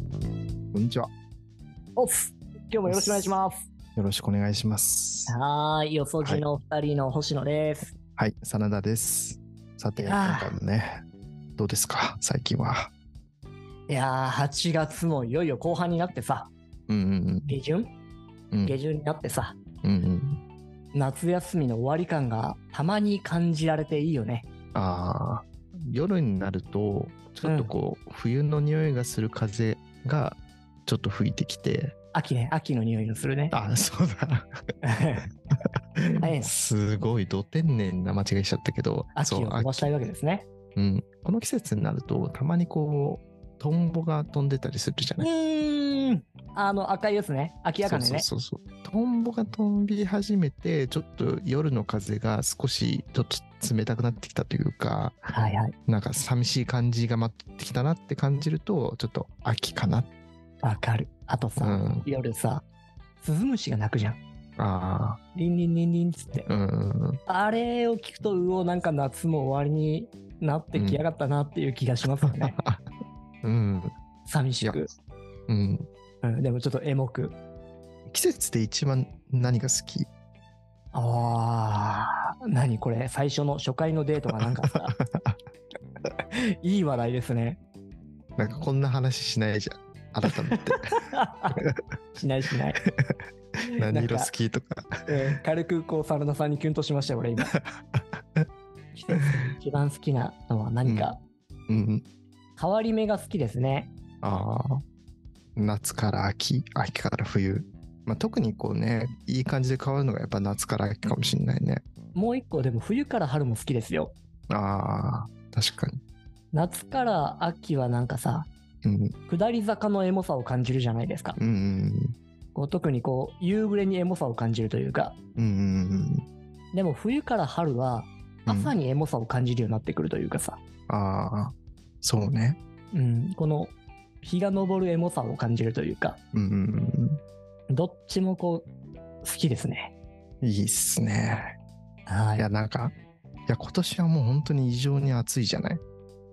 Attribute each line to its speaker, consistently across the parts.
Speaker 1: んにちは。
Speaker 2: おっす今日もよろしくお願いします。
Speaker 1: よろしくお願いします。
Speaker 2: はーい、よそじのお二人の星野です。
Speaker 1: はい、真田です。さて、
Speaker 2: い
Speaker 1: 今
Speaker 2: やー
Speaker 1: 回もね、どうですか、最近は。
Speaker 2: い、やー、8月もいよいよ後半になってさ、
Speaker 1: うん
Speaker 2: 下旬
Speaker 1: うんうん。
Speaker 2: 下旬になってさ、
Speaker 1: うんうん。
Speaker 2: 夏休みの終わり感がたまに感じられていいよね。
Speaker 1: ああ、夜になると、ちょっとこう、冬の匂いがする風が、ちょっと吹いてきて、
Speaker 2: 秋ね、秋の匂いのするね。
Speaker 1: あ、そうだ。
Speaker 2: はい
Speaker 1: すごい、ど天然な間違いしちゃったけど、
Speaker 2: 秋を
Speaker 1: そう
Speaker 2: 飛ばしたいわけですね。
Speaker 1: うん、この季節になるとたまにこうトンボが飛んでたりするじゃ
Speaker 2: う
Speaker 1: ない
Speaker 2: ーん、あの赤いやつね、秋やかねね。
Speaker 1: そうそうそうそうトンボが飛び始めてちょっと夜の風が少しちょっと冷たくなってきたというか
Speaker 2: はいはい。
Speaker 1: なんか寂しい感じが待ってきたなって感じるとちょっと秋かな
Speaker 2: わかる。あと
Speaker 1: う
Speaker 2: さ、
Speaker 1: ん
Speaker 2: 夜さ、スズムシが鳴くじゃん。
Speaker 1: あ
Speaker 2: リンリンリンリンっつって。
Speaker 1: あうん
Speaker 2: あれを聞くと、うお、なんか夏も終わりになってきやがったなっていう気がしますよね。
Speaker 1: うん
Speaker 2: 寂しく、
Speaker 1: うん
Speaker 2: うん。でもちょっとエモく。
Speaker 1: 季節で一番何が好き
Speaker 2: ああ、何これ、最初の初回のデートがなんか さ、いい話題ですね。
Speaker 1: なんかこんな話しないじゃん 改めて
Speaker 2: しないしない。
Speaker 1: 何色好きとか
Speaker 2: うん軽くこう、サルナさんにキュンとしましたよ、俺 今。季節で一番好きなのは何か、
Speaker 1: うん
Speaker 2: 変わり目が好きですね。
Speaker 1: ああ夏から秋秋から冬、まあ、特にこうねいい感じで変わるのがやっぱ夏から秋かもしれないね
Speaker 2: もう一個、でも冬から春も好きですよ。
Speaker 1: あー確かに
Speaker 2: 夏から秋はなんかさ、
Speaker 1: うん
Speaker 2: 下り坂のエモさを感じるじゃないですか。
Speaker 1: うん
Speaker 2: こう特にこう、夕暮れにエモさを感じるというか、
Speaker 1: うんうん
Speaker 2: でも冬から春は朝
Speaker 1: に
Speaker 2: にエモさを感じるようになってくるというかさ、
Speaker 1: ああそうね
Speaker 2: うん、この日が昇るエモさを感じるというか、
Speaker 1: うんうん
Speaker 2: どっちもこう、好きですね。
Speaker 1: うんいいっすね
Speaker 2: はい
Speaker 1: や
Speaker 2: い。
Speaker 1: なんかいや今年はもう本当に異常に暑いじゃない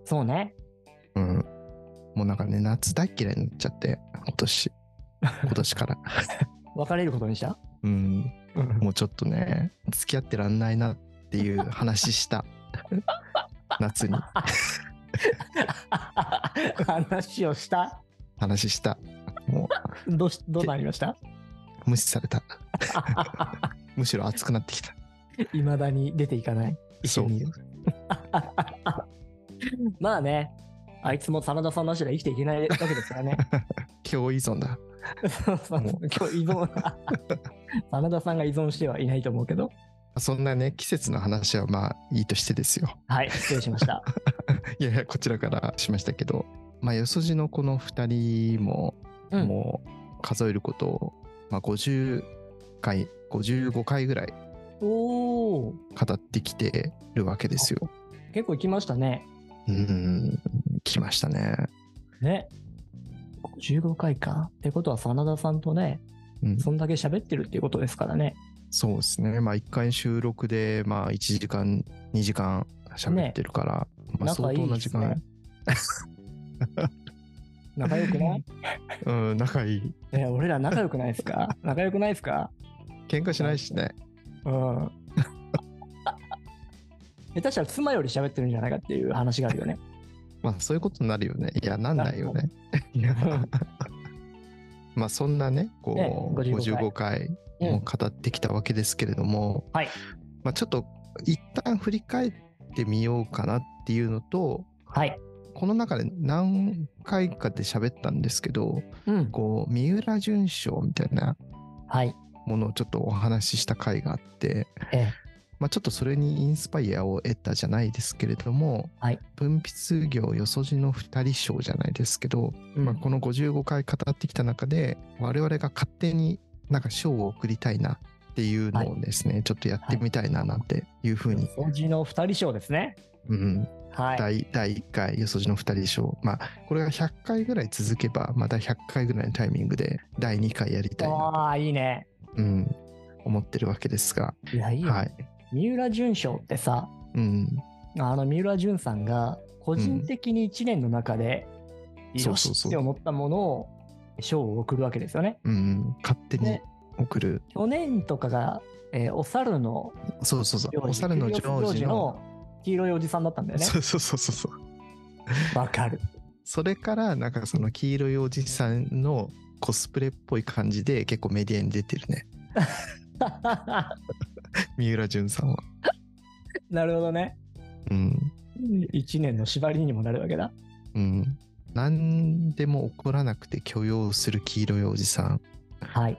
Speaker 2: そうね。
Speaker 1: うんもうなんかね夏大っ嫌いになっちゃって今年今年から
Speaker 2: 別れることにした
Speaker 1: うんもうちょっとね、付き合ってらんないなっていう話 した。夏に
Speaker 2: 話をした
Speaker 1: 話した。も
Speaker 2: どうし、どうなりました
Speaker 1: う無視され た。むしろ熱くなってきた。
Speaker 2: いまだに出ていかない。一緒にいる。まあね、あいつも真田さんなしでは生きていけないわけですからね。
Speaker 1: 今日依存だ。
Speaker 2: そうそうそう今日依 存真田さんが依存してはいないと思うけど
Speaker 1: そんなね、季節の話はまあいいとしてですよ。
Speaker 2: はい失礼しました
Speaker 1: いやいや、こちらからしましたけど、まあ、よそじのこの2人も、
Speaker 2: うん
Speaker 1: もう数えることを、まあ、50回、55回ぐらい
Speaker 2: おお
Speaker 1: 語ってきてるわけですよ。
Speaker 2: 結構行きましたね
Speaker 1: うん、来ましたね。
Speaker 2: ね15回かってことは真田さんとね
Speaker 1: うん、
Speaker 2: そんだけ喋ってるっていうことですからね
Speaker 1: そうですね。まあ一回収録でまあ1時間2時間喋ってるから、まあ
Speaker 2: 仲
Speaker 1: 相
Speaker 2: い
Speaker 1: 当な
Speaker 2: いで
Speaker 1: 時
Speaker 2: す
Speaker 1: 間、
Speaker 2: ね 仲良く ない
Speaker 1: うん仲いい。
Speaker 2: ね俺ら仲良くないですか仲良くないですか
Speaker 1: 喧嘩しないしね。
Speaker 2: うん 下手したら妻より喋ってるんじゃないかっていう話があるよ ね
Speaker 1: まあそういうことになるよね。いやなんないよ
Speaker 2: な
Speaker 1: ね。 いやまあそんなねこう
Speaker 2: ね
Speaker 1: 55
Speaker 2: 55
Speaker 1: 回も語ってきたわけですけれども、
Speaker 2: はい
Speaker 1: まあちょっと一旦振り返ってみようかなっていうのと、
Speaker 2: はい
Speaker 1: この中で何回かで喋ったんですけど、
Speaker 2: うん
Speaker 1: こう三浦淳賞みたいな。
Speaker 2: はい
Speaker 1: ものをちょっとお話しした回があって、
Speaker 2: ええ
Speaker 1: まあ、ちょっとそれにインスパイアを得たじゃないですけれども、
Speaker 2: はい
Speaker 1: 文筆業よそじの2人賞じゃないですけど、
Speaker 2: うん
Speaker 1: まあ、この55回語ってきた中で我々が勝手になんか賞を贈りたいなっていうのをですね、ちょっとやってみたいななんていうふうに、
Speaker 2: 掃除の二人賞ですね。
Speaker 1: うん、
Speaker 2: はい。
Speaker 1: 第第1回よそじの2人賞、まあ、これが100回ぐらい続けばまた100回ぐらいのタイミングで第2回やりたいな
Speaker 2: ああ、いいね。
Speaker 1: と、うん、思ってるわけですが、
Speaker 2: いや、いいよ。
Speaker 1: はい。
Speaker 2: 三浦淳賞ってさ、
Speaker 1: うん
Speaker 2: あの三浦淳さんが個人的に一年の中で、
Speaker 1: ん
Speaker 2: よ
Speaker 1: そうそう
Speaker 2: し
Speaker 1: そう
Speaker 2: って思ったものを賞を送るわけですよね。
Speaker 1: うん、勝手に
Speaker 2: ね
Speaker 1: 送る。
Speaker 2: 去年とかが、えーお猿の
Speaker 1: そうそうそう。お猿の
Speaker 2: の
Speaker 1: ジョージの。
Speaker 2: 黄色いおじさんだったんだよね。
Speaker 1: そうそうそうそうそう。
Speaker 2: わかる。
Speaker 1: それから、なんかその黄色いおじさんのコスプレっぽい感じで結構メディアに出てるね。三浦淳さんは。
Speaker 2: なるほどね。
Speaker 1: うん。
Speaker 2: 一年の縛りにもなるわけだ。
Speaker 1: うん。何でも起こらなくて許容する黄色いおじさん。い
Speaker 2: はい。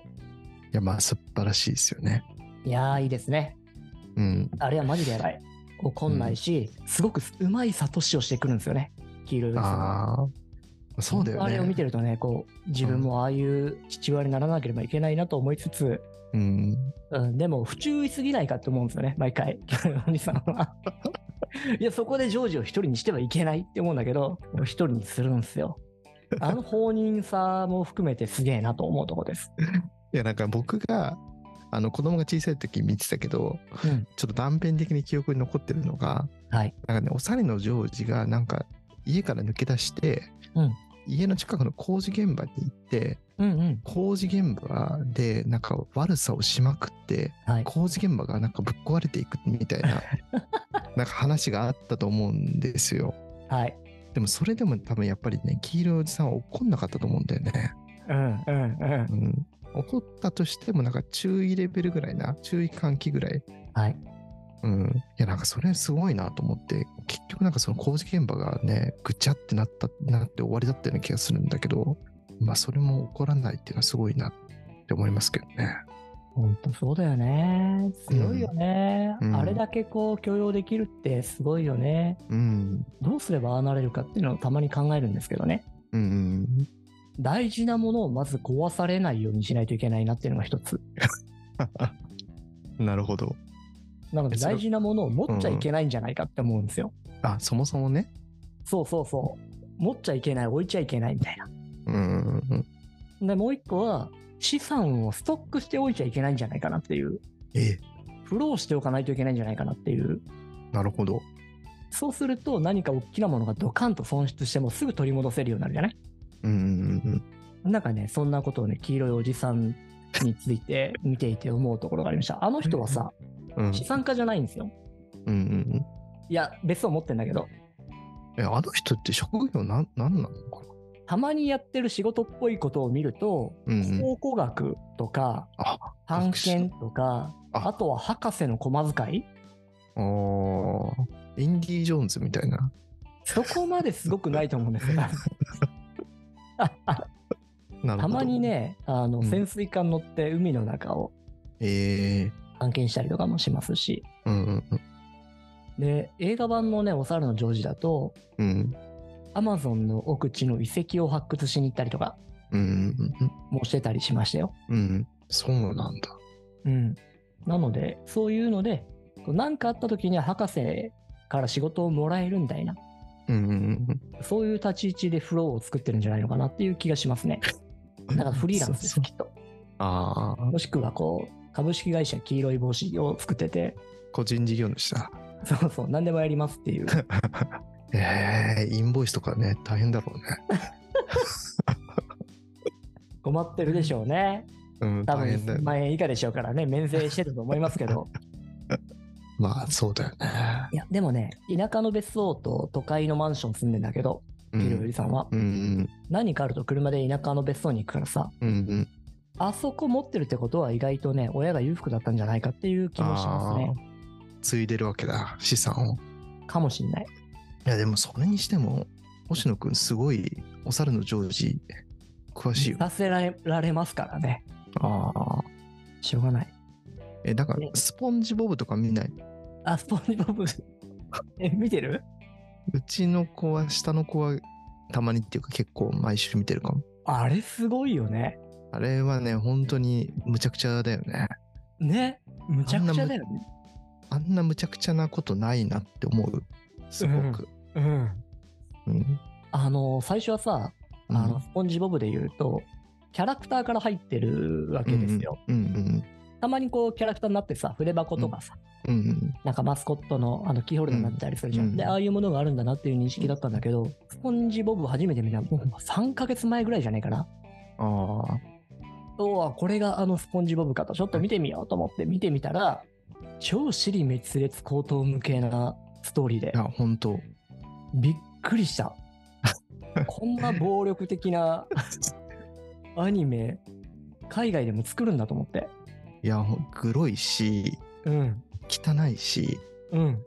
Speaker 1: や、まあ、素晴らしいですよね。
Speaker 2: いやー、いいですね。
Speaker 1: うん。
Speaker 2: あれはマジで偉い。怒んないし、すごくうまい諭しをしてくるんですよね。黄色いおじさんは。
Speaker 1: ああ。そうだよね。
Speaker 2: あれを見てるとね、こう、自分もああいう父親にならなければいけないなと思いつつ、
Speaker 1: うん。
Speaker 2: うん、でも、不注意すぎないかと思うんですよね、毎回、 お兄さんは。いや、そこでジョージを一人にしてはいけないって思うんだけど、一人にするんですよ。あの放任さも含めてすげえなと思うとこです。
Speaker 1: いや、なんか僕が、あの、子供が小さい時見てたけど、
Speaker 2: うん
Speaker 1: ちょっと断片的に記憶に残ってるのが、
Speaker 2: はい
Speaker 1: なんかね、おされのジョージが、なんか、家から抜け出して、
Speaker 2: うん
Speaker 1: 家の近くの工事現場に行って、
Speaker 2: うんうん。
Speaker 1: 工事現場で、なんか悪さをしまくって、
Speaker 2: はい。
Speaker 1: 工事現場がなんかぶっ壊れていくみたい な、なんか話があったと思うんですよ。
Speaker 2: はい。
Speaker 1: でもそれでも多分やっぱりね、黄色いおじさんは怒んなかったと思うんだよね。
Speaker 2: うんうんうん
Speaker 1: う。ん、怒ったとしてもなんか注意レベルぐらいな注意喚起ぐらい、
Speaker 2: はい。
Speaker 1: うん、いやなんかそれすごいなと思って結局なんかその工事現場がねぐちゃってなったなって終わりだったような気がするんだけどまあそれも怒らないっていうのはすごいなって思いますけどね
Speaker 2: ほんとそうだよね。強いよね。
Speaker 1: うん
Speaker 2: あれだけこう許容できるってすごいよね。
Speaker 1: うん
Speaker 2: どうすればああなれるかっていうのをたまに考えるんですけどね。
Speaker 1: うん
Speaker 2: 大事なものをまず壊されないようにしないといけないなっていうのが一つ。
Speaker 1: うんなるほど
Speaker 2: なので
Speaker 1: えそれ
Speaker 2: 大事なものを持っちゃいけないんじゃないかって思うんですよ。
Speaker 1: あそもそもね
Speaker 2: そうそうそう。持っちゃいけない、置いちゃいけないみたいな。
Speaker 1: うんうんうん
Speaker 2: で、もう一個は資産をストックしておいちゃいけないんじゃないかなっていう。
Speaker 1: え
Speaker 2: フローしておかないといけないんじゃないかなっていう。
Speaker 1: なるほど
Speaker 2: そうすると何か大きなものがドカンと損失してもすぐ取り戻せるようになるじゃない
Speaker 1: うんうん
Speaker 2: なんかね、そんなことをね、黄色いおじさんについて見ていて思うところがありました。あの人はさ、
Speaker 1: うんうん
Speaker 2: 資産家じゃないんですよ。
Speaker 1: うんうん
Speaker 2: いや、別荘持ってんだけど、
Speaker 1: えあの人って職業なんなんなのか
Speaker 2: たまにやってる仕事っぽいことを見ると、
Speaker 1: なうんうん
Speaker 2: 考古学とか
Speaker 1: あ、
Speaker 2: 探検とか、
Speaker 1: あ
Speaker 2: あとは博士の駒遣い
Speaker 1: ああ、インディ・ジョーンズみたいな。
Speaker 2: そこまですごくないと思うんで すけど
Speaker 1: なる
Speaker 2: た
Speaker 1: ほど
Speaker 2: まに。ね、あの、
Speaker 1: うん
Speaker 2: 潜水艦乗って海の中を
Speaker 1: ええ
Speaker 2: 探検したりとかもしますし、
Speaker 1: うんうん
Speaker 2: で、映画版のね、お猿のジョージだと、
Speaker 1: うん。
Speaker 2: アマゾンの奥地の遺跡を発掘しに行ったりとか
Speaker 1: うんうん
Speaker 2: もしてたりしましたよ。
Speaker 1: うんうん。うん。そうなんだ。
Speaker 2: うん。なので、そういうので、何かあった時には博士から仕事をもらえるみたいな、
Speaker 1: うんうんうん。
Speaker 2: そういう立ち位置でフローを作ってるんじゃないのかなっていう気がしま すね。だからフリーランスで
Speaker 1: そ
Speaker 2: す、
Speaker 1: う
Speaker 2: きっと。
Speaker 1: ああ、
Speaker 2: もしくはこう、株式会社黄色い帽子を作ってて、
Speaker 1: 個人事業主だ。
Speaker 2: そうそう、何でもやりますっ ていう。
Speaker 1: ええインボイスとかね、大変だろうね。
Speaker 2: 困ってるでしょうね。
Speaker 1: うん、
Speaker 2: 多
Speaker 1: 大
Speaker 2: 分
Speaker 1: 変だよ
Speaker 2: 1000
Speaker 1: ね。
Speaker 2: 万円以下でしょうからね、免税してたと思います けど。
Speaker 1: まあ、そうだよね。
Speaker 2: いや、でもね、田舎の別荘と都会のマンション住んでんだけど、
Speaker 1: う
Speaker 2: 黄色
Speaker 1: ん
Speaker 2: いさんは。
Speaker 1: うん
Speaker 2: 何かあると車で田舎の別荘に行くからさ、
Speaker 1: うん。うんうん。
Speaker 2: あそこ持ってるってことは意外とね、親が裕福だったんじゃないかっていう気もしますね。
Speaker 1: ついでるわけだ、資産を。
Speaker 2: かもしんない。
Speaker 1: いや、でもそれにしても、星野くん、すごい、お猿のジョージ、詳しいよ。
Speaker 2: させられられますからね。
Speaker 1: ああ。
Speaker 2: しょうがない。
Speaker 1: え、だか
Speaker 2: ね
Speaker 1: ら、スポンジボブとか見ない。
Speaker 2: あ、スポンジボブ。 え、見てる
Speaker 1: うちの子は、下の子は、たまにっていうか結構毎週見てるかも。
Speaker 2: あれすごいよね。
Speaker 1: あれはね、本当にむちゃくちゃだよね。
Speaker 2: ね。むちゃくちゃだよね。
Speaker 1: あんなむちゃくちゃなことないなって思う。すごく。
Speaker 2: うん。
Speaker 1: うん。
Speaker 2: あの、最初はさ、あの、スポンジボブで言うと、キャラクターから入ってるわ
Speaker 1: う
Speaker 2: け
Speaker 1: ん、
Speaker 2: ですよ。
Speaker 1: うん
Speaker 2: たまにこう、キャラクターになってさ、筆箱とかさ、
Speaker 1: うん。うんうん。
Speaker 2: なんかマスコットのあのキーホルダーになったりするじゃん。
Speaker 1: うん
Speaker 2: で、ああいうものがあるんだなっていう認識だったんだけど、スポンジボブ初めて見たの、もう3ヶ月前ぐらいじゃないかな。
Speaker 1: ああ。
Speaker 2: おーこれがあのスポンジボブかと、ちょっと見てみようと思って見てみたら、超尻滅裂高等無形なストーリーで
Speaker 1: い、や、本当
Speaker 2: びっくりした。こんな暴力的なアニメ、海外でも作るんだと思って。
Speaker 1: いや、ほんグロいし、
Speaker 2: うん、
Speaker 1: 汚いし、
Speaker 2: うん、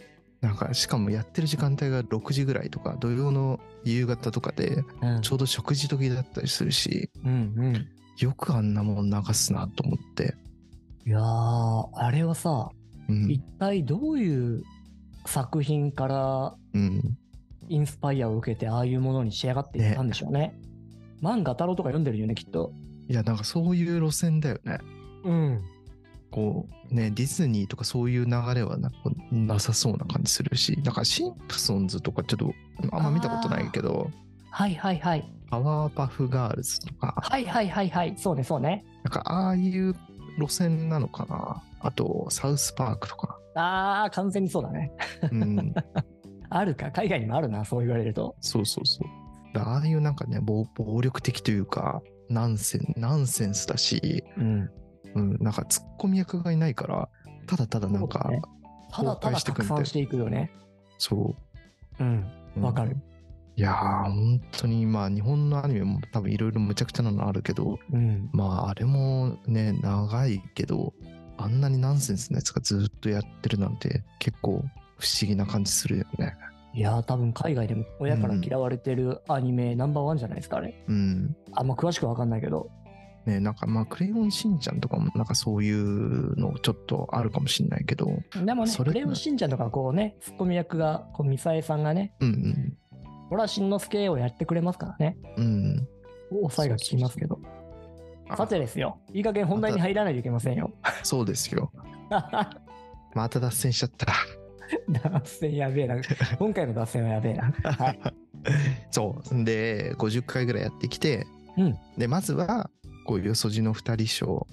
Speaker 1: なんか、しかもやってる時間帯が6時ぐらいとか、土曜の夕方とかで、
Speaker 2: うん、
Speaker 1: ちょうど食事時だったりするし、
Speaker 2: うん、うん。
Speaker 1: よくあんなもん流すなと思って。
Speaker 2: いやー、あれはさ、
Speaker 1: うん
Speaker 2: 一。体どういう作品から
Speaker 1: うん。
Speaker 2: インスパイアを受けてああいうものに仕上がっていったんでしょうね。漫画太郎とか読んでるよね、きっと。
Speaker 1: いや、なんかそういう路線だよね。
Speaker 2: うん。
Speaker 1: こう、ね、ディズニーとかそういう流れはなこうなさそうな感じするし、なんかシンプソンズとかちょっと、あんま見たことないけど、
Speaker 2: はいはいはい。
Speaker 1: パワーパフガールズとか、
Speaker 2: はいはいはいはい。そうね、そうね。
Speaker 1: なんかああいう路線なのかな。あと、サウスパークとか。
Speaker 2: あー、完全にそうだね。
Speaker 1: うん、
Speaker 2: あるか、海外にもあるな、そう言われると。
Speaker 1: そうそうそう。だああいうなんかね、暴暴力的というか、ナンセンナンセンスだし、
Speaker 2: うん。
Speaker 1: うん、なんかツッコミ役がいないから、ただただなんか
Speaker 2: そう、だねただただ拡散していくよね。
Speaker 1: そ
Speaker 2: うん。
Speaker 1: う。
Speaker 2: わかる。
Speaker 1: いやー、本当に、まあ、日本のアニメも多分いろいろむちゃくちゃなのあるけど、
Speaker 2: うん。
Speaker 1: まあ、あれもね、長いけど、あんなにナンセンスなやつがずっとやってるなんて、結構不思議な感じするよね。
Speaker 2: いやー、多分海外でも親から嫌われてるアニメナンバーワンじゃないですか、あれ。
Speaker 1: うん。
Speaker 2: あんま詳しくわかんないけど。
Speaker 1: ね、なんかまあ、クレヨンしんちゃんとかもなんかそういうのちょっとあるかもしれないけど、うん
Speaker 2: でもね、
Speaker 1: そ
Speaker 2: ク
Speaker 1: れ
Speaker 2: レヨンしんちゃんとかこうね、ツッコミ役が、こう、ミサエさんがね、
Speaker 1: うん、
Speaker 2: ほら、しんのすけをやってくれますからね。
Speaker 1: うん。
Speaker 2: 抑えが効きますけど。
Speaker 1: あ
Speaker 2: さてですよ、いい加減本題に入らないといけませ んよ。
Speaker 1: そうですよ。また脱線しちゃった。
Speaker 2: 脱線やべえな。今回の脱線はやべえな。はい。
Speaker 1: そう。んで、50回ぐらいやってきて、
Speaker 2: うん
Speaker 1: で、まずは、こう、よそじの二人賞。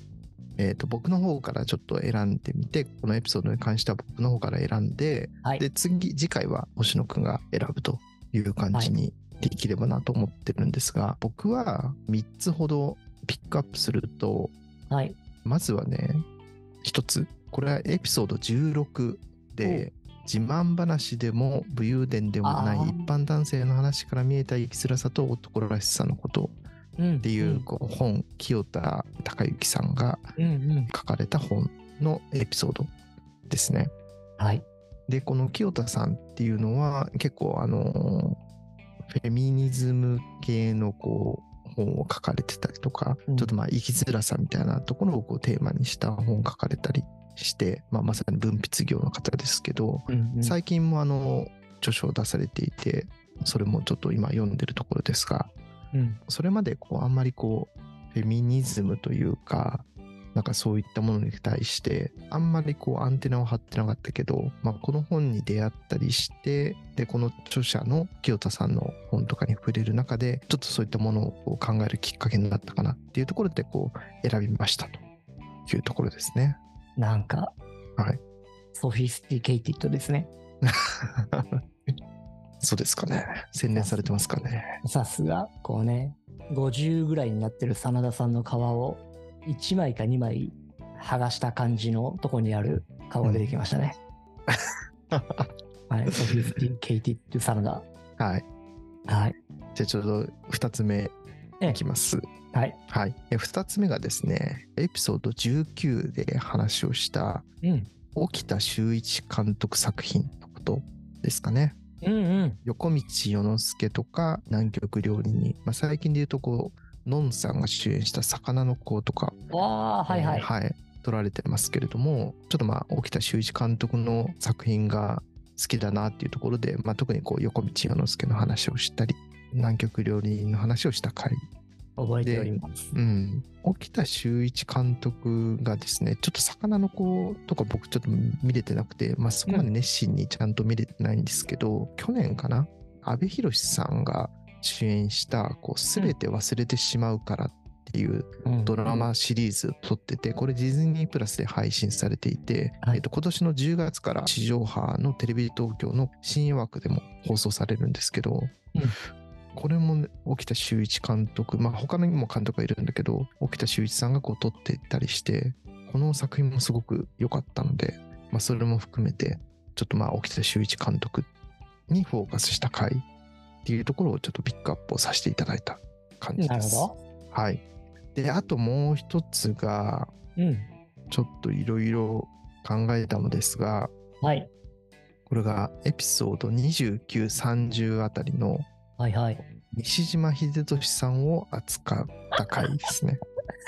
Speaker 1: えっ、と、僕の方からちょっと選んでみて、このエピソードに関しては僕の方から選んで、
Speaker 2: はい
Speaker 1: で、次、次回は星野くんが選ぶという感じにできればなと思ってるんですが、僕は3つほどピックアップすると、
Speaker 2: はい。
Speaker 1: まずはね、一つ。これはエピソード16で、自慢話でも武勇伝でもない
Speaker 2: あー
Speaker 1: 一般男性の話から見えた生きづらさと男らしさのこと
Speaker 2: うん。っ
Speaker 1: っていうこう本、清田孝之さんが
Speaker 2: うんうん。
Speaker 1: 書かれた本のエピソードですね。
Speaker 2: はい。
Speaker 1: で、この清田さんっていうのは結構あのーフェミニズム系のこう本を書かれてたりとか、
Speaker 2: うん
Speaker 1: ちょっとまあ生きづらさみたいなところをこうテーマにした本を書かれたりして、まあ、まさに文筆業の方ですけど、
Speaker 2: うんうん
Speaker 1: 最近もあの著書を出されていてそれもちょっと今読んでるところですが
Speaker 2: うん
Speaker 1: それまでこうあんまりこうフェミニズムというかなんかそういったものに対してあんまりこうアンテナを張ってなかったけど、まあ、この本に出会ったりしてでこの著者の清田さんの本とかに触れる中でちょっとそういったものをこう考えるきっかけになったかなっていうところでこう選びましたというところですね。
Speaker 2: なんか、
Speaker 1: はい。
Speaker 2: ソフィスティケイティッドですね。
Speaker 1: そうですかね。洗練されてますかね。
Speaker 2: さすが、こうね、50ぐらいになってる真田さんの皮を1枚か2枚剥がした感じのとこにある皮が出てきましたね。はい、ソフィスティケイティッドサラダ。
Speaker 1: はい。
Speaker 2: はい。
Speaker 1: じゃあちょうど2つ目いきます。
Speaker 2: はい。
Speaker 1: はい。え2つ目がですね、エピソード19で話をした、
Speaker 2: うん。
Speaker 1: 沖田修一監督作品のことですかね。
Speaker 2: うんうん。
Speaker 1: 横道世之助とか、南極料理人、まあ、最近で言うと、こう、のんさんが主演した魚の子とか、
Speaker 2: わあ、はいは
Speaker 1: え
Speaker 2: い
Speaker 1: ー。撮られてますけれども、ちょっとまあ、沖田修一監督の作品が好きだなっていうところで、まあ、特にこう、横道世之助の話をしたり、南極料理人の話をした回
Speaker 2: 覚えております。
Speaker 1: うん、沖田修一監督がですねちょっと魚の子とか僕ちょっと見れてなくて、まあ、そこまで熱心にちゃんと見れてないんですけど、去年かな阿部寛さんが主演した「こう全て忘れてしまうから」っていう
Speaker 2: うん
Speaker 1: ドラ。マシリーズを撮っててこれディズニープラスで配信されていて、
Speaker 2: は
Speaker 1: え
Speaker 2: い
Speaker 1: っと今年の10月から地上波のテレビ東京の深夜枠でも放送されるんですけど、
Speaker 2: うん
Speaker 1: これもね、沖田修一監督、まあ他にも監督がいるんだけど、沖田修一さんがこう撮っていったりして、この作品もすごく良かったので、まあそれも含めて、ちょっとまあ沖田修一監督にフォーカスした回っていうところをちょっとピックアップをさせていただいた感じ
Speaker 2: な
Speaker 1: で
Speaker 2: る
Speaker 1: す。
Speaker 2: ほ
Speaker 1: ど。はい。で、あともう一つが、
Speaker 2: ど。うん。
Speaker 1: ちょっといろいろ考えたのですが、
Speaker 2: はい。
Speaker 1: これがエピソード29、30あたりの
Speaker 2: はいはい。
Speaker 1: 西島秀俊さんを扱った回ですね。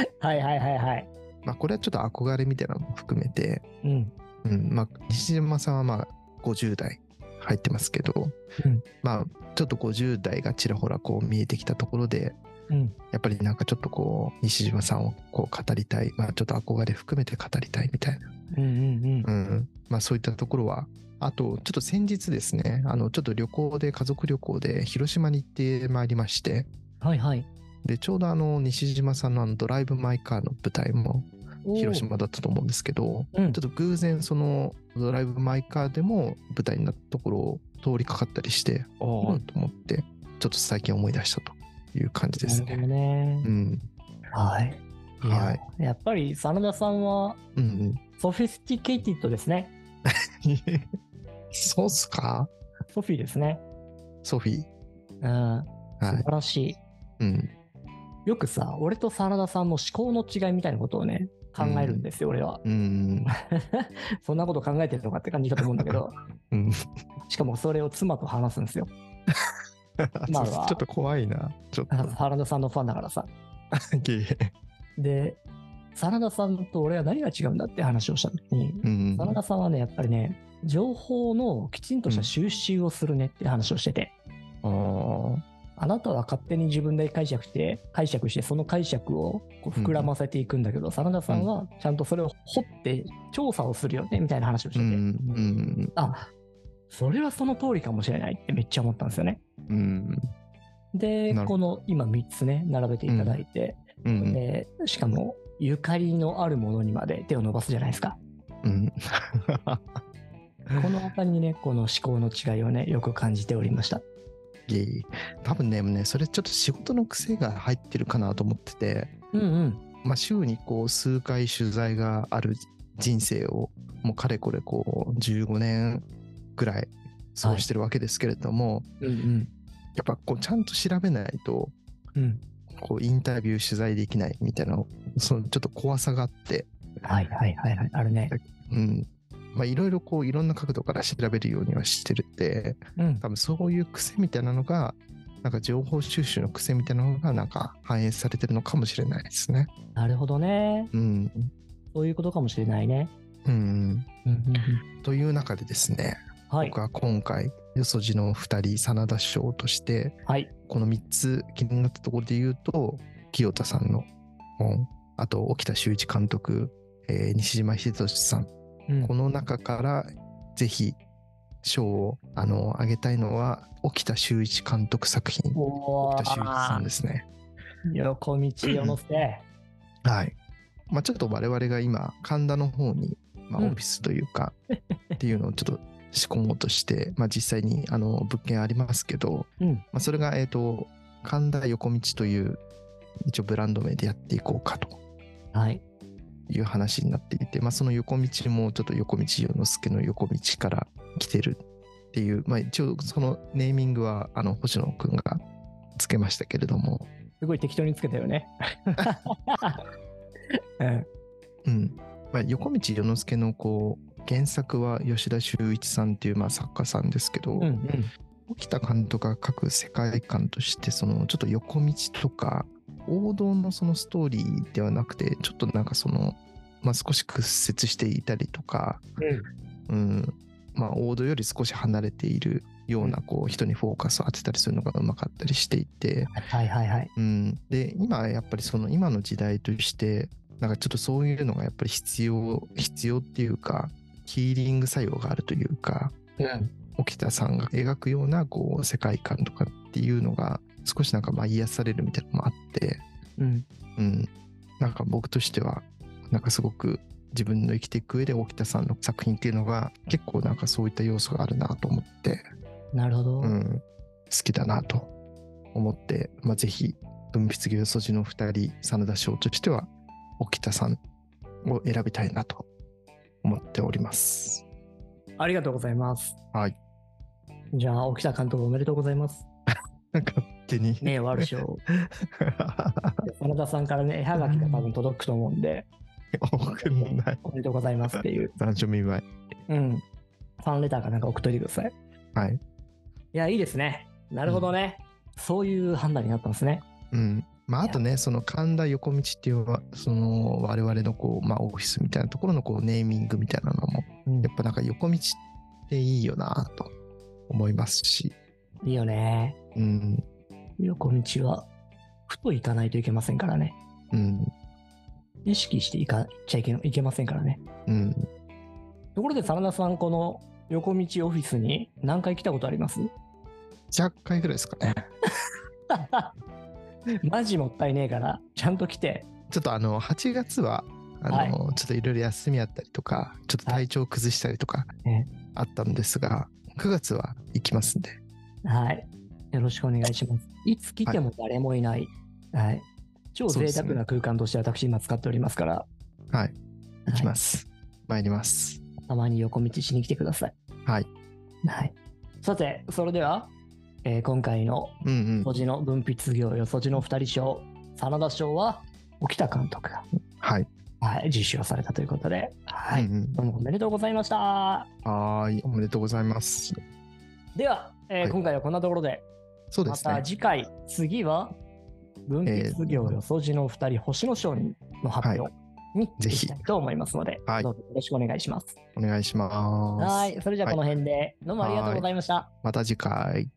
Speaker 2: はいはいはいはい。
Speaker 1: まあこれはちょっと憧れみたいなのも含めて、
Speaker 2: うん。
Speaker 1: うんまあ、西島さんはまあ50代入ってますけど、
Speaker 2: うん
Speaker 1: まあちょっと50代がちらほらこう見えてきたところで
Speaker 2: うん。
Speaker 1: やっぱりなんかちょっとこう西島さんをこう語りたい、まあ、ちょっと憧れ含めて語りたいみたいな。
Speaker 2: うんうん
Speaker 1: うん、まあそういったところは、あとちょっと先日ですね、あのちょっと旅行で、家族旅行で広島に行ってまいりまして、
Speaker 2: うん。はいはい。
Speaker 1: で、ちょうどあの西島さんのあのドライブ・マイ・カーの舞台も
Speaker 2: おー
Speaker 1: 広。島だったと思うんですけど、
Speaker 2: うん
Speaker 1: ちょ。っと偶然そのドライブ・マイ・カーでも舞台になったところを通りかかったりして、ああ、
Speaker 2: うん
Speaker 1: と思って、ちょっと最近思い出したという感じです
Speaker 2: なるほ
Speaker 1: ね。
Speaker 2: どね
Speaker 1: う。ん、
Speaker 2: はい。いや
Speaker 1: はい。
Speaker 2: やっぱり真田さんは
Speaker 1: うん うん。
Speaker 2: ソフィスティケイティッドですね。
Speaker 1: そうっすか
Speaker 2: ソフィーですね。
Speaker 1: ソフィー。
Speaker 2: うん。
Speaker 1: は
Speaker 2: 素
Speaker 1: い。
Speaker 2: 晴らしい。
Speaker 1: うん。
Speaker 2: よくさ、俺と真田さんの思考の違いみたいなことをね、考えるんですよ、俺は。
Speaker 1: うん。
Speaker 2: そんなこと考えてるのかって感じだと思うんだけど、
Speaker 1: うん
Speaker 2: しかもそれを妻と話すんですよ。まあ
Speaker 1: そう そうちょっと怖いな。ちょっと。
Speaker 2: 真田さんのファンだからさ。
Speaker 1: いえいえ
Speaker 2: で、真田さんと俺は何が違うんだって話をした時に、
Speaker 1: うん
Speaker 2: 真田さんはね、やっぱりね、情報のきちんとした収集をするねって話をしてて、
Speaker 1: あー
Speaker 2: あなたは勝手に自分で解釈して、解釈して、その解釈をこう膨らませていくんだけど、真田さんはちゃんとそれを掘って調査をするよねみたいな話をして
Speaker 1: う
Speaker 2: て、
Speaker 1: んうん
Speaker 2: あそれはその通りかもしれないってめっちゃ思ったんですよね。
Speaker 1: うん
Speaker 2: で
Speaker 1: なる、ほ
Speaker 2: この今3つね、並べていただいて、
Speaker 1: うん
Speaker 2: でしかも、ゆかりのあるものにまで手を伸ばすじゃないですか。
Speaker 1: うん
Speaker 2: この他にね、この思考の違いをね、よく感じておりました。
Speaker 1: いえいえ多分ねもうねそれちょっと仕事の癖が入ってるかなと思ってて、
Speaker 2: うんうん。
Speaker 1: まあ、週にこう数回取材がある人生をもうかれこれこう15年ぐらい過ごしてるわけですけれども、
Speaker 2: うん
Speaker 1: やっぱこうちゃんと調べないと
Speaker 2: うん。うん。
Speaker 1: こうインタビュー取材できないみたいなそのちょっと怖さがあって
Speaker 2: はいはいはいはい。あるね。
Speaker 1: うん。まあ、いろいろこう、いろんな角度から調べるようにはしてるって、
Speaker 2: うん。
Speaker 1: 多分そういう癖みたいなのが、なんか情報収集の癖みたいなのが、なんか反映されてるのかもしれないですね。
Speaker 2: なるほどね。
Speaker 1: うん。
Speaker 2: そういうことかもしれないね。
Speaker 1: うん。
Speaker 2: うんうんうん。
Speaker 1: という中でですね、
Speaker 2: はい
Speaker 1: 僕。は今回、よそじの2人、真田師匠として、
Speaker 2: はい。
Speaker 1: この3つ気になったところで言うと、清田さんの本、あと、沖田修一監督、えー西島秀俊さん
Speaker 2: うん
Speaker 1: この中からぜひ賞をあのあげたいのは沖田修一監督作品
Speaker 2: お
Speaker 1: 沖田
Speaker 2: ー
Speaker 1: 修一さんですね。
Speaker 2: 横道を乗せて。
Speaker 1: はい。まあちょっと我々が今神田の方に、まあ、
Speaker 2: う
Speaker 1: オ
Speaker 2: ん
Speaker 1: フィスというか、っていうのをち ょっと仕込もうとして、まあ、実際にあの物件ありますけど、
Speaker 2: うん。
Speaker 1: まあ、それが、えー、と神田横道という一応ブランド名でやっていこうかと
Speaker 2: はい。
Speaker 1: いう話になっていて、まあ、その横道もちょっと横道洋之助の横道から来てるっていう、まあ、一応そのネーミングはあの星野くんがつけましたけれども、
Speaker 2: すごい適当につけたよ ね。うん。
Speaker 1: うんまあ、横道洋之助のこう原作は吉田修一さんっていうまあ作家さんですけど、
Speaker 2: うんうん。
Speaker 1: 沖田監督が書く世界観としてそのちょっと横道とか王道のそのストーリーではなくてちょっとなんかその、まあ、少し屈折していたりとかうん、まあ王道より少し離れているようなこう人にフォーカスを当てたりするのがうまかったりしていて、
Speaker 2: はいはいはい。
Speaker 1: うん、で今やっぱりその今の時代としてなんかちょっとそういうのがやっぱり必要必要っていうかヒーリング作用があるというか
Speaker 2: うん。
Speaker 1: 沖田さんが描くようなこう世界観とかっていうのが少しなんかまあ癒されるみたいなのもあって、
Speaker 2: うん。
Speaker 1: うん、なんか僕としてはなんかすごく自分の生きていく上で沖田さんの作品っていうのが結構なんかそういった要素があるなと思って、
Speaker 2: なるほど。
Speaker 1: うん、好きだなと思って、まあ、ぜひ分泌業素地の2人真田翔としては沖田さんを選びたいなと思っております。
Speaker 2: ありがとうございます。
Speaker 1: はい。
Speaker 2: じゃあ、沖田監督おめでとうございます。
Speaker 1: 勝手に、
Speaker 2: 名誉ある賞。真田さんからね、絵はがきが多分届くと思うんで、
Speaker 1: 送んない
Speaker 2: おめでとうございますっていう。
Speaker 1: 男女見舞い。
Speaker 2: うん。ファンレターかなんか送っといてください。
Speaker 1: はい。
Speaker 2: いや、いいですね。なるほどね。そういう判断になったんですね。
Speaker 1: うん。まあ、あとね、その神田横道っていうわ、その我々のこう、まあ、オフィスみたいなところのこうネーミングみたいなのも、
Speaker 2: うん
Speaker 1: やっぱなんか横道っていいよなと思いますし、
Speaker 2: いいよね。
Speaker 1: うん。
Speaker 2: 横道は、ふと行かないといけませんからね。
Speaker 1: うん。
Speaker 2: 意識していかちゃいけいけませんからね。
Speaker 1: うん。
Speaker 2: ところで、真田さん、この横道オフィスに何回来たことあります
Speaker 1: 100回ぐらいですかね。
Speaker 2: マジもったいねえから、ちゃんと来て。
Speaker 1: ちょっとあの8月はあの、
Speaker 2: はい
Speaker 1: ちょっといろいろ休みあったりとかちょっと体調崩したりとか
Speaker 2: ね
Speaker 1: あったんですが、9月は行きますんで
Speaker 2: はい。よろしくお願いします。いつ来ても誰もいない。はい。超
Speaker 1: そう
Speaker 2: 贅
Speaker 1: ですね
Speaker 2: 沢な空間として私今使っておりますから。。
Speaker 1: はい行きますす、参ります
Speaker 2: たまに横道しに来てください。
Speaker 1: はい。
Speaker 2: はい。さて、それでは、えー今回の
Speaker 1: うんう
Speaker 2: 素
Speaker 1: ん
Speaker 2: 地の分泌業よそじの二人賞、真田賞は、沖田監督が、
Speaker 1: はい、
Speaker 2: はい、受賞されたということで、はい。
Speaker 1: うんうん
Speaker 2: どうもおめでとうございました。
Speaker 1: はーいおめでとうございます
Speaker 2: では、えー
Speaker 1: はい
Speaker 2: 今回はこんなところで、
Speaker 1: そうで
Speaker 2: ます
Speaker 1: ね
Speaker 2: た次回、次は、分泌業よそじの二人、星野賞にの発表に、
Speaker 1: ぜひ
Speaker 2: したいと思いますので、
Speaker 1: はい
Speaker 2: どうぞよろしくお願いします。
Speaker 1: お願いします
Speaker 2: はい。それじゃあこの辺で、どうもありがとうございました。
Speaker 1: また次回